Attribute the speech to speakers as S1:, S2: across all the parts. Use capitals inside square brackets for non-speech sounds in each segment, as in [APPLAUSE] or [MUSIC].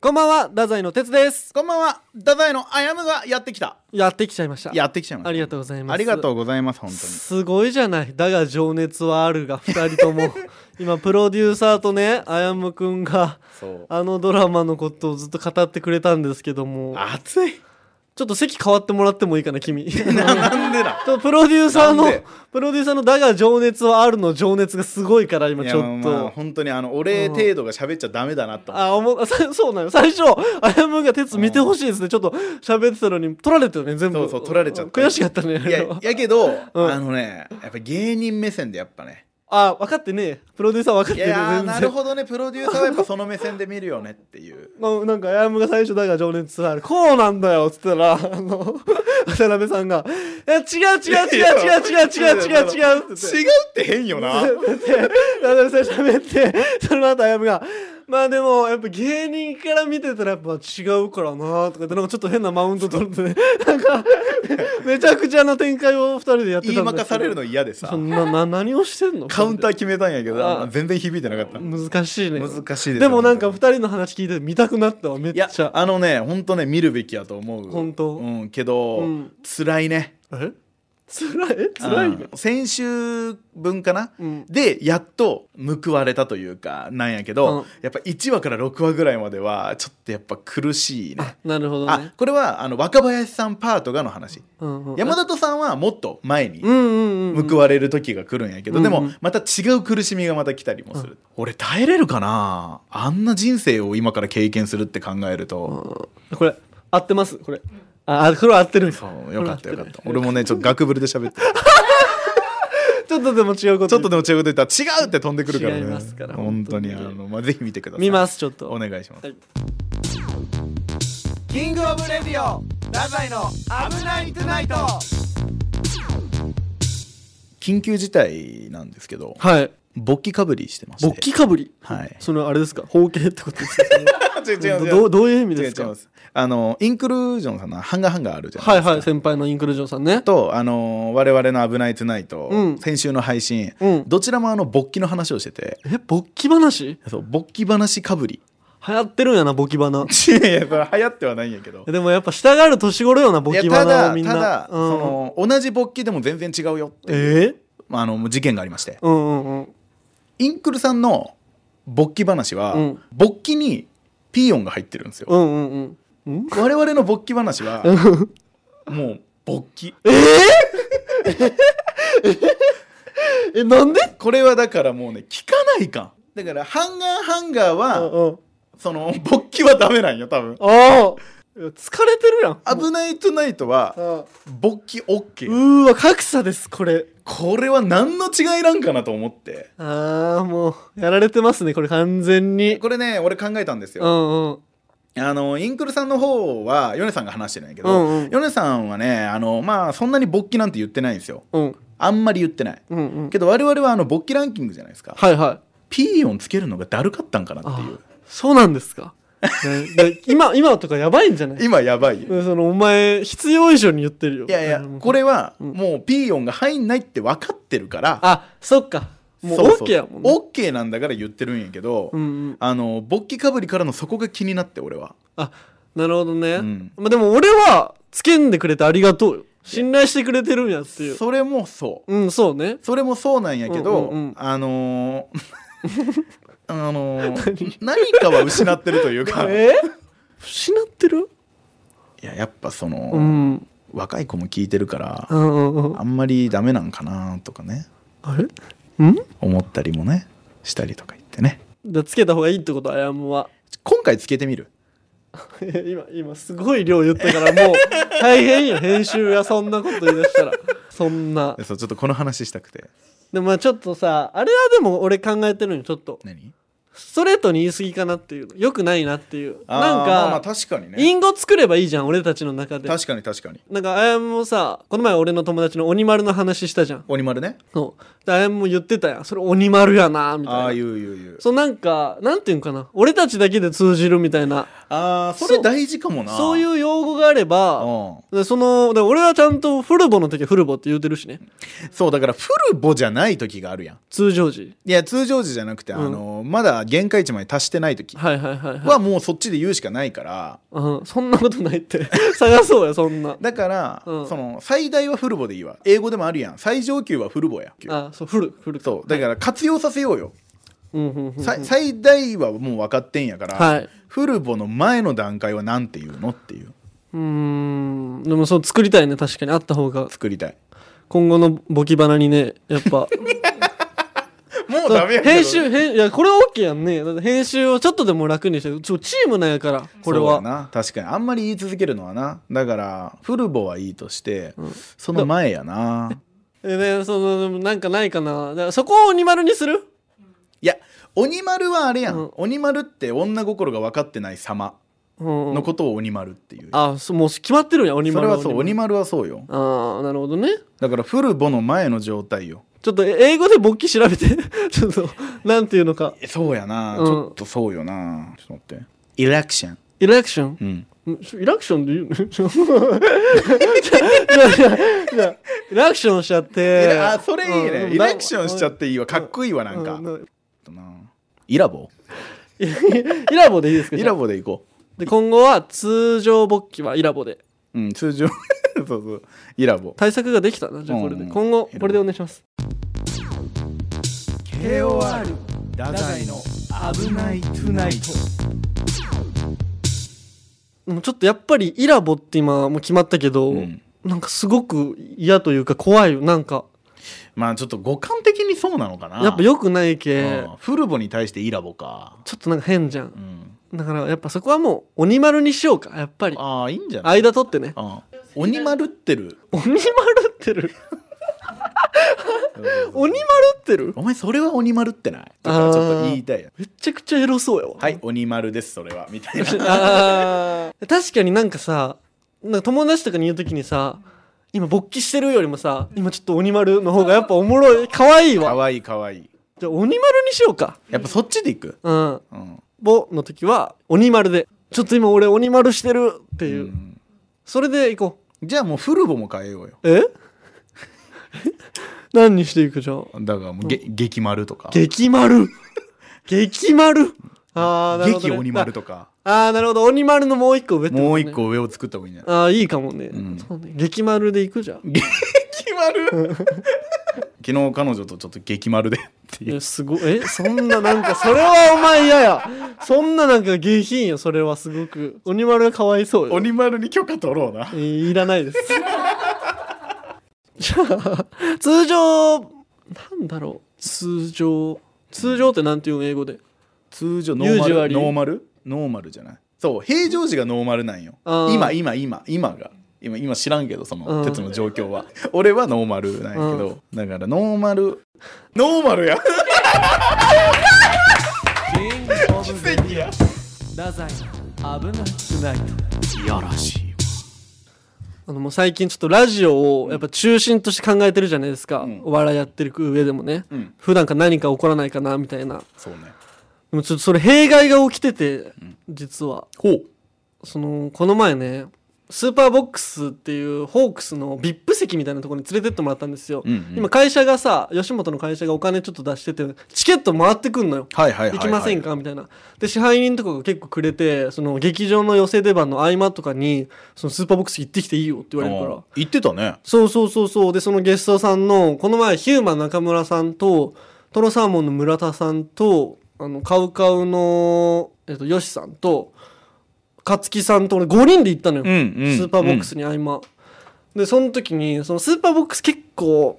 S1: こんばんは、太宰の哲です。
S2: こんばんは太宰のあやむがやってきた
S1: やってきちゃいました。
S2: やってきちゃいました
S1: ありがとうございます。
S2: ありがとうございます本当に
S1: すごいじゃない。だが情熱はあるが、二人と
S2: [LAUGHS]
S1: も。今、プロデューサーとね、あやむくんが、
S2: そう
S1: あのドラマのことをずっと語ってくれたんですけども、
S2: 熱い
S1: ちょっと席変わってもらってもいいかな、君。 [LAUGHS] ちょっ
S2: な [LAUGHS] なんでだ
S1: とプロデューサーの
S2: なんで、
S1: プロデューサーのだが情熱はあるの情熱がすごいから、今
S2: い
S1: ち
S2: や
S1: ょっと。
S2: まあ本当にあの俺程度が喋っちゃダメだなと思って
S1: あ、思うあ、さ [LAUGHS] そうなの。最初、あやむが鉄見てほしいですね。ちょっと喋ってたのに、取られてるね、全部。
S2: そうそう取られちゃった
S1: 悔しかったね。あれ
S2: いや
S1: は
S2: やけど、
S1: うん
S2: あのねやっぱ芸人目線でやっぱね
S1: あ、分かってねえ。プロデューサー分かっ
S2: い
S1: てねえ。
S2: やー
S1: 全
S2: なる
S1: 然。
S2: ほどねプロデューサーはやっぱその目線で見るよねっていう
S1: ななんか、あやむが最初だが情熱ある。こうなんだよっつったら、あの、渡辺さんが、いや、違う違う違う違う違う違う違う違うって言って
S2: 違うって変よな
S1: で渡辺さん喋って、その後あやむが、まあでも、やっぱ芸人から見てたらやっぱ違うからなとか言って、なんかちょっと変なマウント取るんでね、なんか、めちゃくちゃな展開を二人でやってたん
S2: 言い
S1: だ
S2: まかされるの嫌でさ
S1: そんな、な、何をしてんの
S2: カウンター決めたんやけ
S1: あ
S2: ど全然響いてなかった
S1: 難しいね。
S2: 難しいです
S1: でもなんか二人の話聞いて見たくなったわ、めっ
S2: い
S1: ち
S2: や
S1: ゃ。
S2: あのね本当ね見るべきやと思う
S1: ほんと
S2: うんけど、
S1: うん
S2: 辛いね
S1: え辛いえ辛いの
S2: うん先週分かな、
S1: うん
S2: でやっと報われたというかなんやけ
S1: う
S2: ど、
S1: ん
S2: やっぱ1話から6話ぐらいまではちょっとやっぱ苦しいね
S1: なるほどね
S2: あ。これはあの若林さんパートがの話
S1: うんうん
S2: 山里さんはもっと前に
S1: うんうんうん。
S2: 報われる時が来るんやけど、で
S1: うんう
S2: も
S1: ん
S2: また違う苦しみがまた来たりもする、俺耐えれるかなあんな人生を今から経験するって考えると、
S1: これ、合ってますこれ。あ、あこれは合ってるんです
S2: そうよかったよかった俺もねちょっとガクブルで
S1: [LAUGHS]
S2: 喋って
S1: ちょっとでも違うこと言う。
S2: ちょっとでも違うこと言ったら違うって飛んでくるからね
S1: 違いますから
S2: 本当にあ
S1: 本当に
S2: の、まあ、ぜひ見てください
S1: 見ますちょっと
S2: お願いします、
S1: はい
S2: キングオブレディオラザイの危ないトゥナイト緊急事態なんですけど
S1: はい。
S2: 勃起かぶりしてまして
S1: 勃起かぶり。
S2: はい
S1: そのあれですか、包茎ってことですか。
S2: 違う違う違う
S1: どうどういう意味
S2: 違
S1: で
S2: う
S1: すか
S2: 違。うあのインクルージョンさんのハンガーハンガーあるじゃな
S1: は
S2: いで
S1: い
S2: すか
S1: はい、先輩のインクルージョンさんね。
S2: とあの我々の「危ないトゥナイト」
S1: うん
S2: 先週の配信、
S1: うん
S2: どちらもあの勃起の話をしてて
S1: え、勃起話。
S2: そう勃起話
S1: [LAUGHS]
S2: かぶり
S1: 流行ってるんやな、勃起花。
S2: いやいやそれ流行ってはないんやけど
S1: でもやっぱ従う年頃よな、
S2: い
S1: 勃
S2: や
S1: 起
S2: た
S1: 花を
S2: だ
S1: みんな。
S2: ただ、
S1: うん
S2: その同じ勃起でも全然違うよっていう、
S1: えー
S2: まあ、あの事件がありまして
S1: うんうんうん。
S2: インクルさんの勃起話は、
S1: うん
S2: 勃起にピーヨンが入ってるんですよ、
S1: うんうんうん。うん
S2: 我々の勃起話
S1: [LAUGHS]
S2: はもう勃起
S1: え、なんで
S2: これはだからもうね聞かないかんだからハンガーハンガー
S1: あ
S2: は、
S1: あ
S2: その勃起はダメなんよ多分
S1: ああいや疲れてるやん。
S2: 危ないトゥナイトは
S1: あ
S2: 勃起 OK
S1: うーわ、格差です、これ。
S2: これは何の違いなんかなと思って
S1: ああ、もう、やられてますね、これ完全に。
S2: これね俺考えたんです
S1: う
S2: よ
S1: んうん。
S2: あのインクルさんの方はヨネさんが話してるんやけ
S1: うんうん
S2: どヨネさんはねあのまあそんなに勃起なんて言ってないんですよ
S1: うん。
S2: あんまり言ってない
S1: うんうん。
S2: けど我々はあの勃起ランキングじゃないですか
S1: はいはい。
S2: ピーヨンつけるのがだるかったんかなっていう
S1: あそうなんですか、ねで今今とかやばいんじゃない
S2: 今やばいよ
S1: うんそのお前必要以上に言ってるよ
S2: いやいやこ
S1: れ
S2: れはもうピーヨンが入んないって分かってるから
S1: あそっかもう
S2: そうそう
S1: OK やもんね
S2: オッケーなんだから言ってるんやけど、
S1: うんうん、
S2: あの勃起かぶりからのそこが気になって俺は
S1: あなるほどね、
S2: うん
S1: まあ、でも俺はつけんでくれてありがとうよ信頼してくれてるんやっていう
S2: それもそう
S1: うんそうね
S2: それもそうなんやけど、
S1: うんうんうん
S2: あのー [LAUGHS] あの
S1: [LAUGHS]
S2: ー何かは失ってるというかい
S1: え失ってる
S2: ややっぱその、
S1: うんうん
S2: 若い子も聞いてるから
S1: う、んうん
S2: あんまりダメなんかなとかね
S1: あれうん
S2: 思ったりもねしたりとか言ってね
S1: じゃあつけた方がいいってことあやむは [LAUGHS]
S2: 今回つけてみる
S1: 今今すごい量言ったからも
S2: [LAUGHS]
S1: う大変よ編集がそんなこと言い出したらそんな
S2: そうちょっとこの話したくて
S1: でもまあちょっとさあれはでも俺考えてるのよちょっと
S2: 何
S1: ストレートに言い過ぎかなっていうよくないなっていう
S2: あー
S1: なんか、
S2: まあまあ確かにね
S1: 因果作ればいいじゃん俺たちの中で
S2: 確かに確かに
S1: なんかあやむもさこの前俺の友達の鬼丸の話したじゃん
S2: 鬼丸ね
S1: そうであやむも言ってたやんそれ鬼丸やなみ
S2: あ
S1: た
S2: あ
S1: いな
S2: いういういう
S1: そうなんかなんていうんかな俺たちだけで通じるみたいな
S2: ああそれ大事かもな
S1: そういうう用語があれば、
S2: ん
S1: でそので俺はちゃんとフルボの時はフルボって言うてるしね
S2: そうだからフルボじゃない時があるやん
S1: 通常時
S2: いや通常時じゃなくて、
S1: うん
S2: あのまだ限界値まで達してない時
S1: はいはいはいはい、
S2: はもうそっちで言うしかないから
S1: うん、そんなことないって [LAUGHS] 探そうよそんな
S2: だから、
S1: うん
S2: その最大はフルボでいいわ英語でもあるやん最上級はフルボや
S1: あそうフルフル
S2: そうだから活用させようよ、
S1: うんうんうんうん
S2: さ最大はもう分かってんやから、
S1: はい
S2: フルボの前の段階は何て言うのっていう
S1: うーんでもそう作りたいね確かにあった方が
S2: 作り
S1: [LAUGHS]
S2: たい
S1: 今後のボキバナにねやっ
S2: [LAUGHS]
S1: ぱ
S2: もうダメやけど
S1: 編集編いやこれは OK やんねだって編集をちょっとでも楽にしてちょチームなんやからこれ
S2: そう
S1: は
S2: だな確かにあんまり言い続けるのはなだからフルボはいいとして、その前やな
S1: でねそのなんかないかなだからそこを二丸にする
S2: いや鬼丸はあれやん、
S1: うん
S2: 鬼丸って女心が分かってない様
S1: うん
S2: のことを鬼丸っていう、
S1: あそうもう決まってるんや鬼
S2: それ
S1: 丸
S2: はそう鬼
S1: 丸
S2: 丸はそうよ
S1: ああなるほどね
S2: だからフルボの前の状態よ
S1: ちょっとえ英語で勃起調べて [LAUGHS] ちょっとなんていうのか
S2: えそうやな、
S1: うん
S2: ちょっとそうよなちょっと待ってエレクション
S1: イレクション
S2: うん
S1: イラクションで [LAUGHS] 言うのちょいやいやいやイラクションしちゃって
S2: えあそれいいね、イレクションしちゃっていいわかっこいいわ
S1: た
S2: なんか、なイラボ
S1: イラボでいいですか
S2: イ
S1: じゃ
S2: ラ
S1: あ
S2: ボで行こ
S1: で今後は通常勃起はイラボで
S2: ううん通常 [LAUGHS] そうそうイラボ
S1: 対策ができたなじゃあこれで、
S2: うん
S1: 今後これでお願いします
S2: 太宰の危ないトゥナイト
S1: もうちょっとやっぱりイラボって今もう決まったけど、
S2: うん
S1: なんかすごく嫌というか怖いよなんか
S2: まあちょっと五感的にそうなのかな
S1: やっぱ良くないけ
S2: うんフルボに対してイラボか、
S1: ちょっとなんか変じゃ
S2: うんん、
S1: だからやっぱそこはもう鬼丸にしようかやっぱり
S2: ああいいんじゃない
S1: 間取ってね
S2: うん鬼丸ってる
S1: 鬼丸ってる鬼丸ってる
S2: お前それは鬼丸ってないとかちょっと言いたいやん
S1: めちゃくちゃエロそうやわ
S2: はい鬼丸ですそれはみたいな
S1: [LAUGHS] あー確かになんかさなんか友達とかに言う時にさ今勃起してるよりもさ今ちょっと鬼丸の方がやっぱおもろい可愛い
S2: か
S1: わ
S2: わいいかわいい
S1: じゃあ鬼丸にしようか
S2: やっぱそっちでいく、
S1: うん
S2: うん、っ
S1: ぼの時は鬼丸でちょっと今俺鬼丸してるって
S2: て
S1: いう、それでいこ
S2: じゃあもうフルボも変えようよ
S1: うえ [LAUGHS] 何にしていくじゃあ
S2: だからもうげ、激丸とか
S1: 激丸激丸ああなるほど、
S2: 激
S1: ね、
S2: 鬼丸とか
S1: ああなるほど鬼丸のもう一個上ってことね、
S2: もう一個上を作った方がいいんじゃない
S1: ああいいかもね,、
S2: ん
S1: そうね激丸でいくじゃん
S2: 激 [LAUGHS] 丸昨日彼女とちょっと激丸でって
S1: い
S2: いう
S1: やすごいえそんななんかそれはお前嫌やそんななんか下品よそれはすごく鬼丸がかわいそうよ
S2: 鬼丸に許可取ろうな
S1: えーいらないです
S2: [LAUGHS]
S1: じゃあ通常なんだろう通常通常ってなんていうの英語で
S2: 通常ノーマ
S1: Usually
S2: ルノーマルノーマルじゃないそう平常時がノーマルなんよ
S1: あー
S2: 今今今今が今今知らんけどそ
S1: うん
S2: の鉄の状況は俺はノーマルなんやけどだからノーマルノーマルや奇跡や
S1: 太宰危ない
S2: いやらしい
S1: あのもう最近ちょっとラジオをやっぱ中心として考えてるじゃないですか、
S2: うん
S1: お笑いやってる上でもね、
S2: うん
S1: 普段から何か起こらないかなみたいな
S2: そうね
S1: でもちょっとそれ弊害が起きてて、実は
S2: ほう
S1: そのこの前ねスーパーボックスっていうホークスの VIP 席みたいなところに連れてってもらったんですよ、
S2: うんうん
S1: 今会社がさ吉本の会社がお金ちょっと出しててチケット回ってくんのよ
S2: はいはいはいはい
S1: 行きませんかみたいなで支配人とかが結構くれてその劇場の寄せ出番の合間とかにそのスーパーボックス行ってきていいよって言われるから
S2: あー言ってたね
S1: そうそうそうそうでそのゲストさんのこの前ヒューマン中村さんとトロサーモンの村田さんとあのカウカウの、えっと、ヨシさんと勝木さんと俺5人で行ったのよ、
S2: うんうん
S1: スーパーボックスに合間、でその時にそのスーパーボックス結構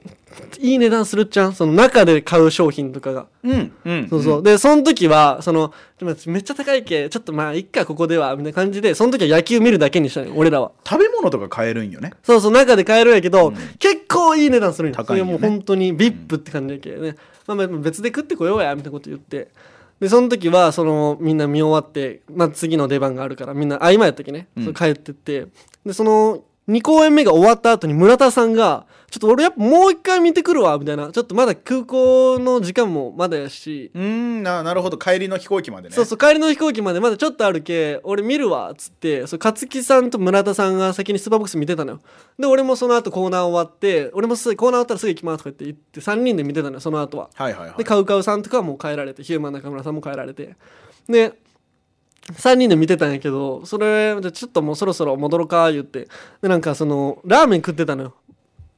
S1: いい値段するじゃんその中で買う商品とかが
S2: うんうん
S1: そうそう、でその時はそのでもめっちゃ高いけちょっとまあいっかここではみたいな感じでその時は野球見るだけにしたのよ俺らは
S2: 食べ物とか買えるんよね
S1: そうそう、中で買えるんやけど、結構いい値段するんや。
S2: 高いよね
S1: それもう本当に VIP って感じやけどね。まあまあ別で食ってこようや、みたいなこと言って。で、その時は、その、みんな見終わって、まあ次の出番があるから、みんな合間やったっけね。
S2: うん
S1: そう帰ってって。で、その、 2公演目が終わった後に村田さんが「ちょっと俺やっぱもう一回見てくるわ」みたいなちょっとまだ空港の時間もまだやし、
S2: うーんななるほど帰りの飛行機までね
S1: そうそう帰りの飛行機までまだちょっとあるけ俺見るわっつってそう勝木さんと村田さんが先にスーパーボックス見てたのよで俺もその後コーナー終わって俺もすコーナー終わったらすぐ行きますとか言って行って3人で見てたのよその後は
S2: はいはいはい
S1: でカウカウさんとかはもう帰られてヒューマン中村さんも帰られてで3人で見てたんやけどそれでちょっともうそろそろ戻ろうか言ってでなんかそのラーメン食ってたのよ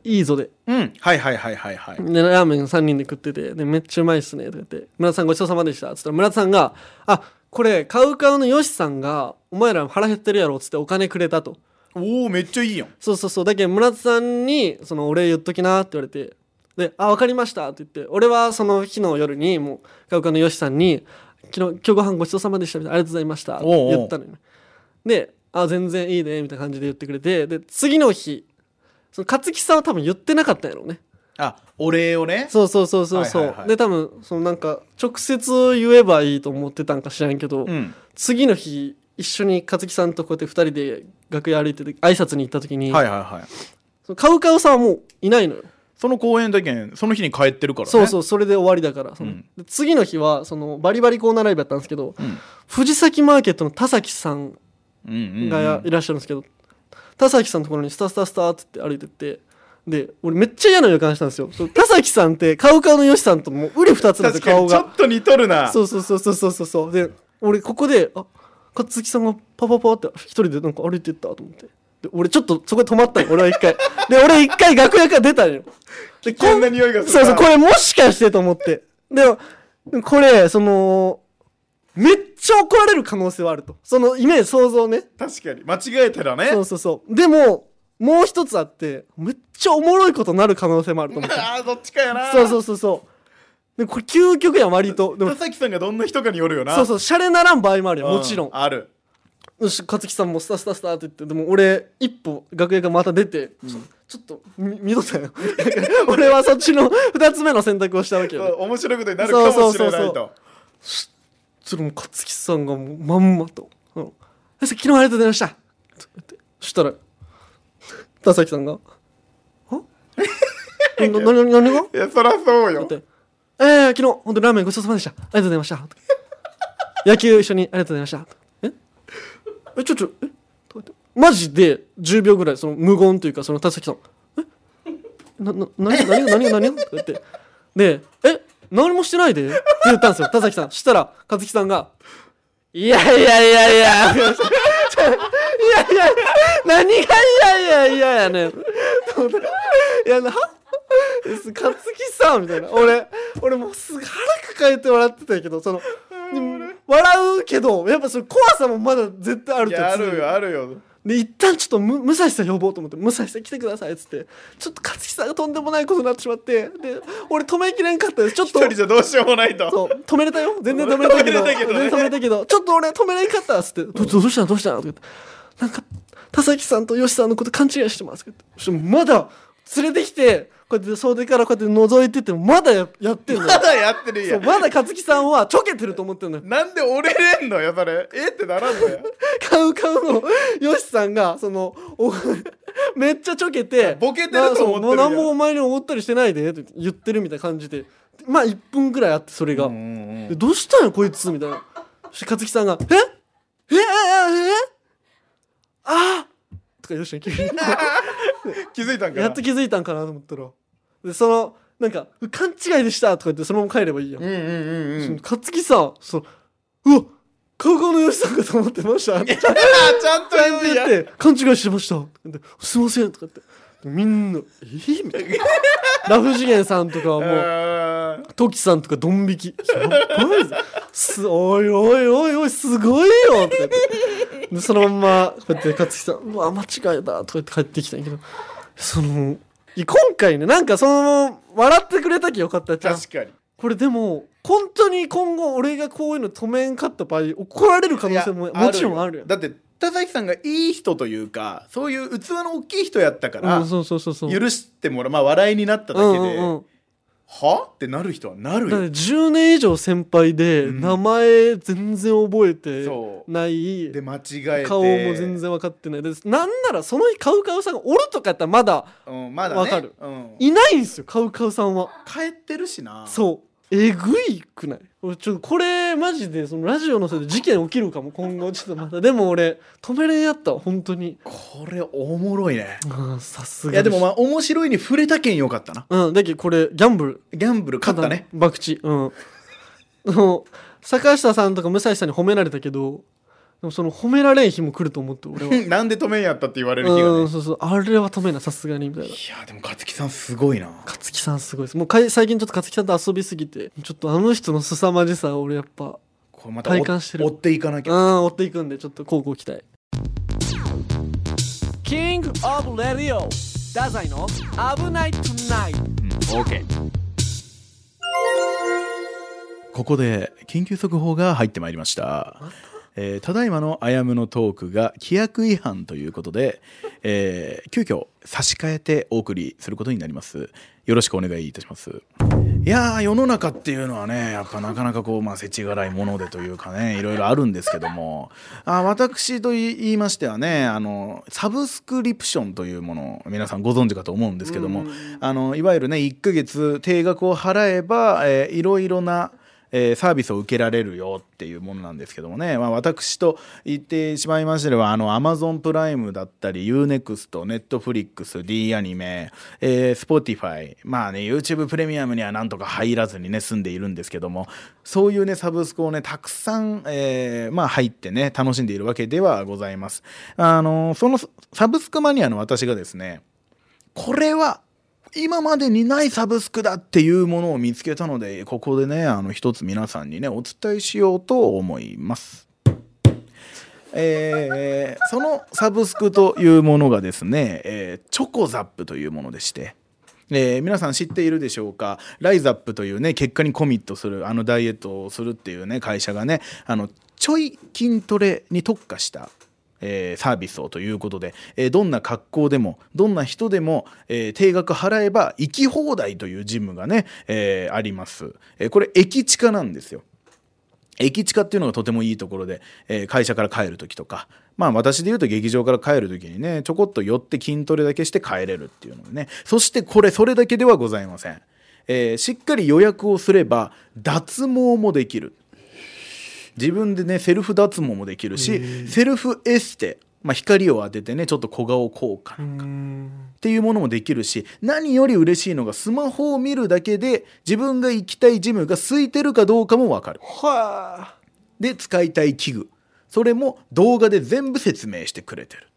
S1: いいぞで
S2: うんはいはいはいはいはい
S1: でラーメン3人で食っててでめっちゃうまいっすねとか言って村田さんごちそうさまでしたっつったら村田さんが「あこれカウカウのヨシさんがお前ら腹減ってるやろ」っつってお金くれたと
S2: おおめっちゃいいやん
S1: そうそうそうだけど村田さんに「そのお礼言っときな」って言われて「であ分かりました」って言って俺はその日の夜にもうカウカウのヨシさんに「昨日今日ご飯ごちそうさまでした」みたいな「ありがとうございました」って
S2: おうおう
S1: 言ったのよで「あ全然いいね」みたいな感じで言ってくれてで次の日その勝木さんは多分言ってなかったんやろうね
S2: あお礼をね
S1: そうそうそうそうそう、
S2: はいはいはい
S1: で多分そのなんか直接言えばいいと思ってたんか知らんけど、
S2: うん
S1: 次の日一緒に勝木さんとこうやって2人で楽屋歩いてて挨拶に行った時に、
S2: はいはいはい
S1: そのカウカウさんはもういないのよ、
S2: その公演だけんその日に帰ってるからね
S1: そうそううそれで終わりだから、その
S2: うん
S1: で次の日はそのバリバリコーナーライブやったんですけど
S2: うん
S1: 藤崎マーケットの田崎さん
S2: うんうんうん
S1: がやいらっしゃるんですけど、田崎さんのところにスタスタスタって言って歩いてってで俺めっちゃ嫌な予感したんですよその田崎さんってカウカウのよしさんともう瓜二つなんです
S2: 確
S1: よ顔
S2: かにちょ
S1: が
S2: っと似とるな
S1: そうそうそうそうそうそうそうで俺ここであ勝木さんがパパパって一人でなんか歩いてったと思ってで俺ちょっとそこで止まったよ俺は一回で俺一回楽屋から出たのよで
S2: 危険な匂いがする
S1: [LAUGHS] そうそうこれもしかしてと思ってでもこれそのめっちゃ怒られる可能性はあるとそのイメージ想像ね
S2: 確かに間違えたらね
S1: そうそうそうでももう一つあってめっちゃおもろいことになる可能性もある [LAUGHS] と思った
S2: [LAUGHS] あーどっちかやな
S1: そうそうそうそうでこれ究極やん割とで [LAUGHS] も
S2: 田崎さんがどんな人かによるよな
S1: そうそうシャレならん場合もあるよもちろん
S2: うある
S1: よし勝木さんもスタスタスタって言ってでも俺一歩楽屋からまた出て、ちょちょっとみ見とったよ [LAUGHS] 俺はそっちの2つ目の選択をしたわけよ、ね、
S2: 面白いことになるかもしれな
S1: そうそうそ
S2: いう
S1: そ
S2: と
S1: それもう勝木さんがもうまんまと「うんえ昨日ありがとうございました」と言ってそしたら田崎さんが「あなな何何が?」
S2: いやそらそうよ
S1: って「えー、昨日本当にラーメンごちそうさまでしたありがとうございました」野球一緒にありがとうございました」ええちょちょえとか言ってマジで10秒ぐらいその無言というかその田崎さん「えなな何が何が何が何が?」とか言ってで「え何もしてないで」って言ったんですよ田崎さんしたら和樹さんが「いやいやいやいや」いやいやいや何がいやいやいややねん。いやなです勝木さんみたいな俺俺もうすぐ腹抱えて笑ってたんやけどそのでも笑うけどやっぱその怖さもまだ絶対ある
S2: い
S1: と
S2: やあ
S1: 常
S2: る
S1: に
S2: よあるよ
S1: で一旦ちょっとむ武蔵さん呼ぼうと思って武蔵さん来てくださいっつってちょっと勝木さんがとんでもないことになってしまってで俺止めきれんかったですちょっ
S2: 一
S1: と
S2: 人じゃどうしようもないと
S1: そう止めれたよ全然止めれたけど
S2: 止めれたけどね
S1: 全然止めれたけどちょっと俺止めれんかったっつってど「どうしたのどうしたの?」とか言って「なんか田崎さんと吉さんのこと勘違いしてます」とか言ってそしたらまだ連れてきてこうやって袖からこうやって覗いててもまだややってんのよ
S2: まだやってる
S1: そ
S2: や
S1: うんまだ勝木さんはちょけてると思ってるのよ
S2: なんで折れれんのよそれえってならんのや
S1: カウカウのヨシさんがそのお [LAUGHS] めっちゃちょけて
S2: ボケてると思っ
S1: な
S2: てるやん
S1: そうもう何もお前に思ったりしてないでって言ってるみたいな感じでまあ1分ぐらいあってそれが、でどうしたんやこいつみたいなそして勝木さんが「ええええええああ!」とかヨシさん急に
S2: 気づいたんかな
S1: やっと気づいたんかなと思ったらでそのなんか「勘違いでした」とか言ってそのまま帰ればいいやん
S2: うんうんうんう
S1: その
S2: ん
S1: 勝木さんそのうわカウカウのヨシさんかと思ってました」
S2: あーちゃんと
S1: 全
S2: 言
S1: 然
S2: うやん
S1: 言って勘違いしてましたで「すいません」とかってみんな「えみたい
S2: [LAUGHS]
S1: なラフ次元さんとかはもう
S2: あー
S1: トキさんとかドン引き「やばいぞすおいおいおいおいすごいよ」とか言ってでそのまんまこうやって勝木さん「うわ間違えた」とか言って帰ってきたんやけどそのいや今回ねなんかその笑ってくれたきよかったじゃん
S2: 確かに
S1: これでも本当に今後俺がこういうの止めんかった場合怒られる可能性も
S2: いや
S1: もちろんあるやん
S2: だって田崎さんがいい人というかそういう器の大きい人やったか
S1: う
S2: ら
S1: んそうそうそうそう
S2: 許してもらうまあ笑いになっただけ
S1: う
S2: で
S1: んうんうん
S2: はってなる人はなる
S1: だっ
S2: よ
S1: て10年以上先輩で
S2: うん
S1: 名前全然覚えて
S2: そう
S1: ない、
S2: で間違えて
S1: 顔も全、然分かってないでなんならその日カウカウさんがおるとかやったらまだ
S2: うん、まだね
S1: わかる
S2: うん、
S1: いないんですよカウカウさんは
S2: 帰ってるしな
S1: そうえぐいくない俺ちょっとこれマジでそのラジオのせいで事件起きるかも今後ちょっとまたでも俺止めれんやったわ本当に
S2: これおもろいね
S1: ああさすが
S2: いやでもまあ面白いに触れたけんよかったな
S1: うんだけどこれギャンブル
S2: ギャンブル勝ったね
S1: 博打うんでも坂下さんとか武蔵さんに褒められたけどでもその褒められん日も来ると思って俺は
S2: なんで止 [LAUGHS] めんやったって言われる日が
S1: う
S2: ね
S1: んそうそうあれは止めなさすがにみたいない
S2: やでも勝木さんすごいな
S1: 勝木さんすごいですもうかい最近ちょっと勝木さんと遊びすぎてちょっとあの人の凄まじさを俺やっぱ
S2: これまた
S1: 体感してる
S2: 追っていかなき
S1: う
S2: ゃ
S1: ん追っていくんでちょっと高校期待キングオブレディオダザイの危ないトゥナイト
S2: オーケーここで緊急速報が入ってまいりました、えーただいまのあやむのトークが規約違反ということで、えー急遽差し替えてお送りすることになりますよろしくお願いいたしますいやー世の中っていうのはねやっぱなかなかこうまあ世知辛いものでというかねいろいろあるんですけどもあ私とい言いましてはねあのサブスクリプションというものを皆さんご存知かと思うんですけども、あのいわゆるね1ヶ月定額を払えば、えーいろいろな、えーサービスを受けられるよっていうものなんですけどもね、まあ、私と言ってしまいましてはあの Amazon プライムだったり UNEXT、Netflix、D アニメ、えー Spotify、まあね YouTube プレミアムにはなんとか入らずにね住んでいるんですけどもそういうねサブスクをねたくさん、えーまあ入ってね楽しんでいるわけではございます。あのそのサブスクマニアの私がですねこれは今までにないサブスクだっていうものを見つけたのでここでねあの一つ皆さんにねお伝えしようと思います。えーそのサブスクというものがですね、えーチョコザップというものでして、えー皆さん知っているでしょうかライザップというね結果にコミットするあのダイエットをするっていうね会社がねあのちょい筋トレに特化したえーサービスをということで、えーどんな格好でもどんな人でも、えー定額払えば行き放題というジムがね、えーあります、えーこれ駅地下なんですよ駅地下っていうのがとてもいいところで、えー会社から帰る時とかまあ私でいうと劇場から帰る時にねちょこっと寄って筋トレだけして帰れるっていうのでねそしてこれそれだけではございません、えーしっかり予約をすれば脱毛もできる自分でねセルフ脱毛もできるしセルフエステ、まあ、光を当ててねちょっと小顔効果
S1: うん
S2: っていうものもできるし何より嬉しいのがスマホを見るだけで自分が行きたいジムが空いてるかどうかも分かる
S1: はあ
S2: で使いたい器具それも動画で全部説明してくれてる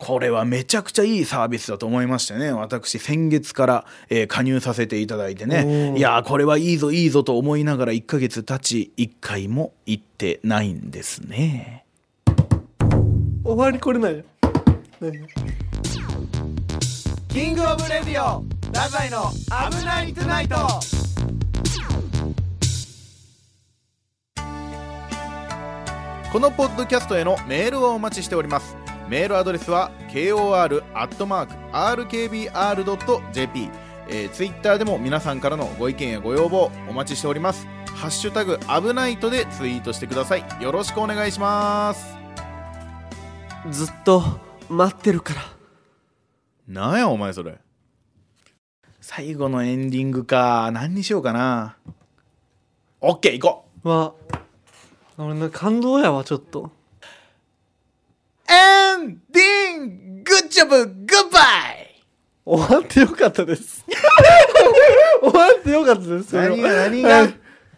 S2: これはめちゃくちゃいいサービスだと思いましてね私先月から、えー加入させていただいて
S1: お
S2: ね
S1: ー
S2: いやーこれはいいぞいいぞと思いながら1ヶ月経ち1回も行ってないんですね
S1: 終わりこれないよね
S2: キングオブレディオダザイの危ないトゥナイトこのポッドキャストへのメールをお待ちしておりますメールアドレスは kor.rkbr.jp えー、ツイッターでも皆さんからのご意見やご要望お待ちしておりますハッシュタグ危ないとでツイートしてくださいよろしくお願いします
S1: ずっと待ってるから
S2: なんやお前それ最後のエンディングか何にしようかなオッケー行こう
S1: は俺な感動やわちょっと
S2: エンディンググッジョブグッバイ
S1: 終わってよかったです [LAUGHS] 終わってよかったです
S2: 何が
S1: それは
S2: 何が
S1: はい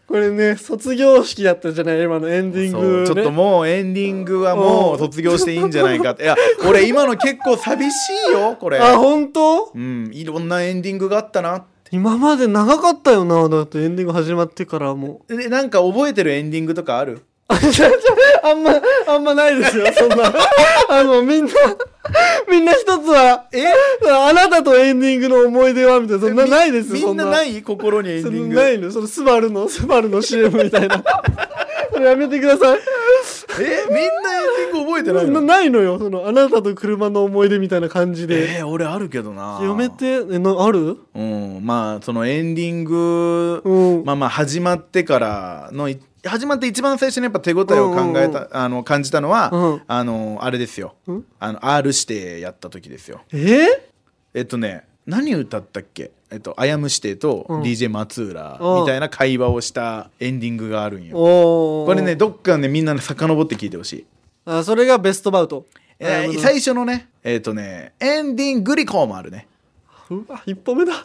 S1: これね卒業式やったじゃない今のエンディング、ね、
S2: ちょっともうエンディングはもう卒業していいんじゃないかっていや俺今の結構寂しいよこれ
S1: あ本当
S2: うんいろんなエンディングがあったな
S1: 今まで長かったよなだってエンディング始まってからもう [LAUGHS]
S2: でなんか覚えてるエンディングとかある
S1: あちょちょあんまあんまないですよそんな [LAUGHS] あのみんなみんな一つはえあなたとエンディングの思い出はみたいなそんな
S2: み
S1: ないですよ
S2: みんなないい心にエンデ
S1: そ
S2: ィン
S1: ん
S2: グ
S1: なないのそのスバルのスバルの CM みたいな [LAUGHS] それやめてください
S2: えみんなエンディング覚覚えてない
S1: な
S2: の
S1: ないのよそのあなたと車の思い出みたいな感じで、
S2: えー、俺あるけどな
S1: やめてえなある
S2: うんまあそのエンディング、
S1: うん
S2: まあまあ始まってからのい始まって一番最初にやっぱ手応えを考
S1: うんう
S2: えた、
S1: んう
S2: あの感じたのは、
S1: うん
S2: あのあれですよ、
S1: ん
S2: あの R してやった時ですよ
S1: えー、
S2: えっとね何歌ったっけえっと「あやむして」と
S1: うん
S2: DJ 松浦
S1: うん
S2: みたいな会話をしたエンディングがあるんよ、
S1: おー
S2: これねどっかねみんなね遡って聞いてほしい、
S1: あそれがベストバウト
S2: えー
S1: あの
S2: 最初のねえっとねエンディングリコーもあるね
S1: うわ一歩目だ [LAUGHS]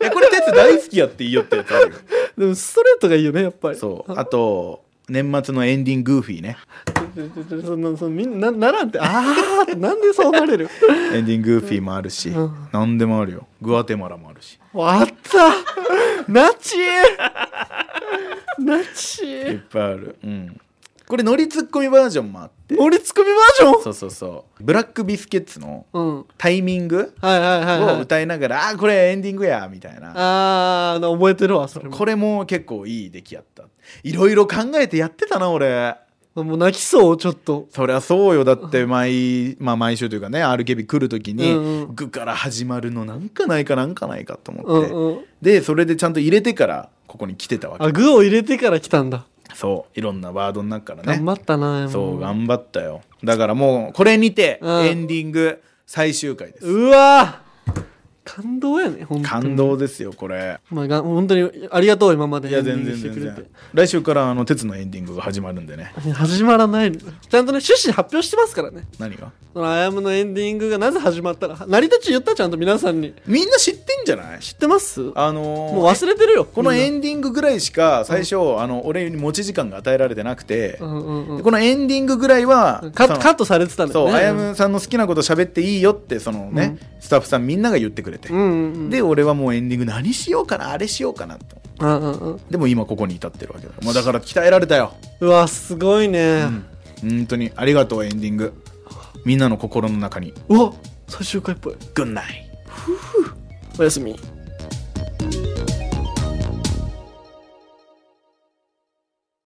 S2: いやこれってやつ大好きやっていいよってやつあ
S1: [LAUGHS]
S2: るよ
S1: でもストレートがいいよねやっぱり
S2: そうあと年末のエンディンググーフィーね
S1: ちょちょちょそのそのみんなならんってああなんでそうなれる
S2: [LAUGHS] エンディンググーフィーもあるし、
S1: うん
S2: 何でもあるよグアテマラもあるし
S1: わったナチナ
S2: いっ
S1: チ
S2: ぱいあるうんこれノリツッコミバージョンもあって
S1: 盛りツッコミバージョ
S2: そうそうそうブラックビスケッツの
S1: ンうん
S2: タイミング
S1: はいはいはい、は
S2: を
S1: い、
S2: 歌いながら「あーこれエンディングや」みたいな
S1: あー覚えてるわそれも
S2: これも結構いい出来やったいろいろ考えてやってたな俺
S1: もう泣きそうちょっと
S2: そりゃそうよだって毎,、まあ、毎週というかね RKB 来る時に
S1: うんう
S2: 「
S1: ん
S2: グ」から始まるのなんかないかなんかないかと思
S1: うん
S2: って、
S1: うん
S2: でそれでちゃんと入れてからここに来てたわけ
S1: あ具を入れてから来たんだ、
S2: そういろんなワードの中から
S1: 頑
S2: ね
S1: 張ったな
S2: そう
S1: 張
S2: 頑張ったよだからもうこれにて
S1: うん
S2: エンディング最終回です、
S1: うわー感動やね本当に
S2: 感動ですよこれ
S1: まあが本当にありがとう今まで
S2: いや
S1: エン
S2: 全
S1: ディン
S2: 然
S1: グして
S2: 全
S1: くれて
S2: 然来週からあの鉄のエンディングが始まるんでね
S1: 始まらないのちゃんとね趣旨発表してますからね
S2: 何が
S1: そのアヤムのエンディングがなぜ始まったら成り立ち言ったちゃんと皆さんに
S2: みんな知ってんじゃない
S1: 知ってますも
S2: あのー
S1: う忘れてるよ
S2: このエ
S1: ン
S2: ンディングぐらいしか最初、あの俺に持ち時間が与えられてなくて、
S1: うんうんうん
S2: このエンディングぐらいは
S1: カ
S2: そ
S1: ッ
S2: の
S1: トカットされてたんだ
S2: そ
S1: よ
S2: う、
S1: ね
S2: あやむさんの好きなこと喋っていいよってそのね、スタッフさんみんなが言ってくれて、
S1: うんうんうん
S2: で俺はもうエンディング何しようかなあれしようかなと
S1: うんうんうん
S2: でも今ここに至ってるわけだよ、まあ、だから鍛えられたよ
S1: うわすごいね
S2: 本当にありがとうエンディングみんなの心の中に
S1: うわ最終回っぽい
S2: グンナイ
S1: おやすみ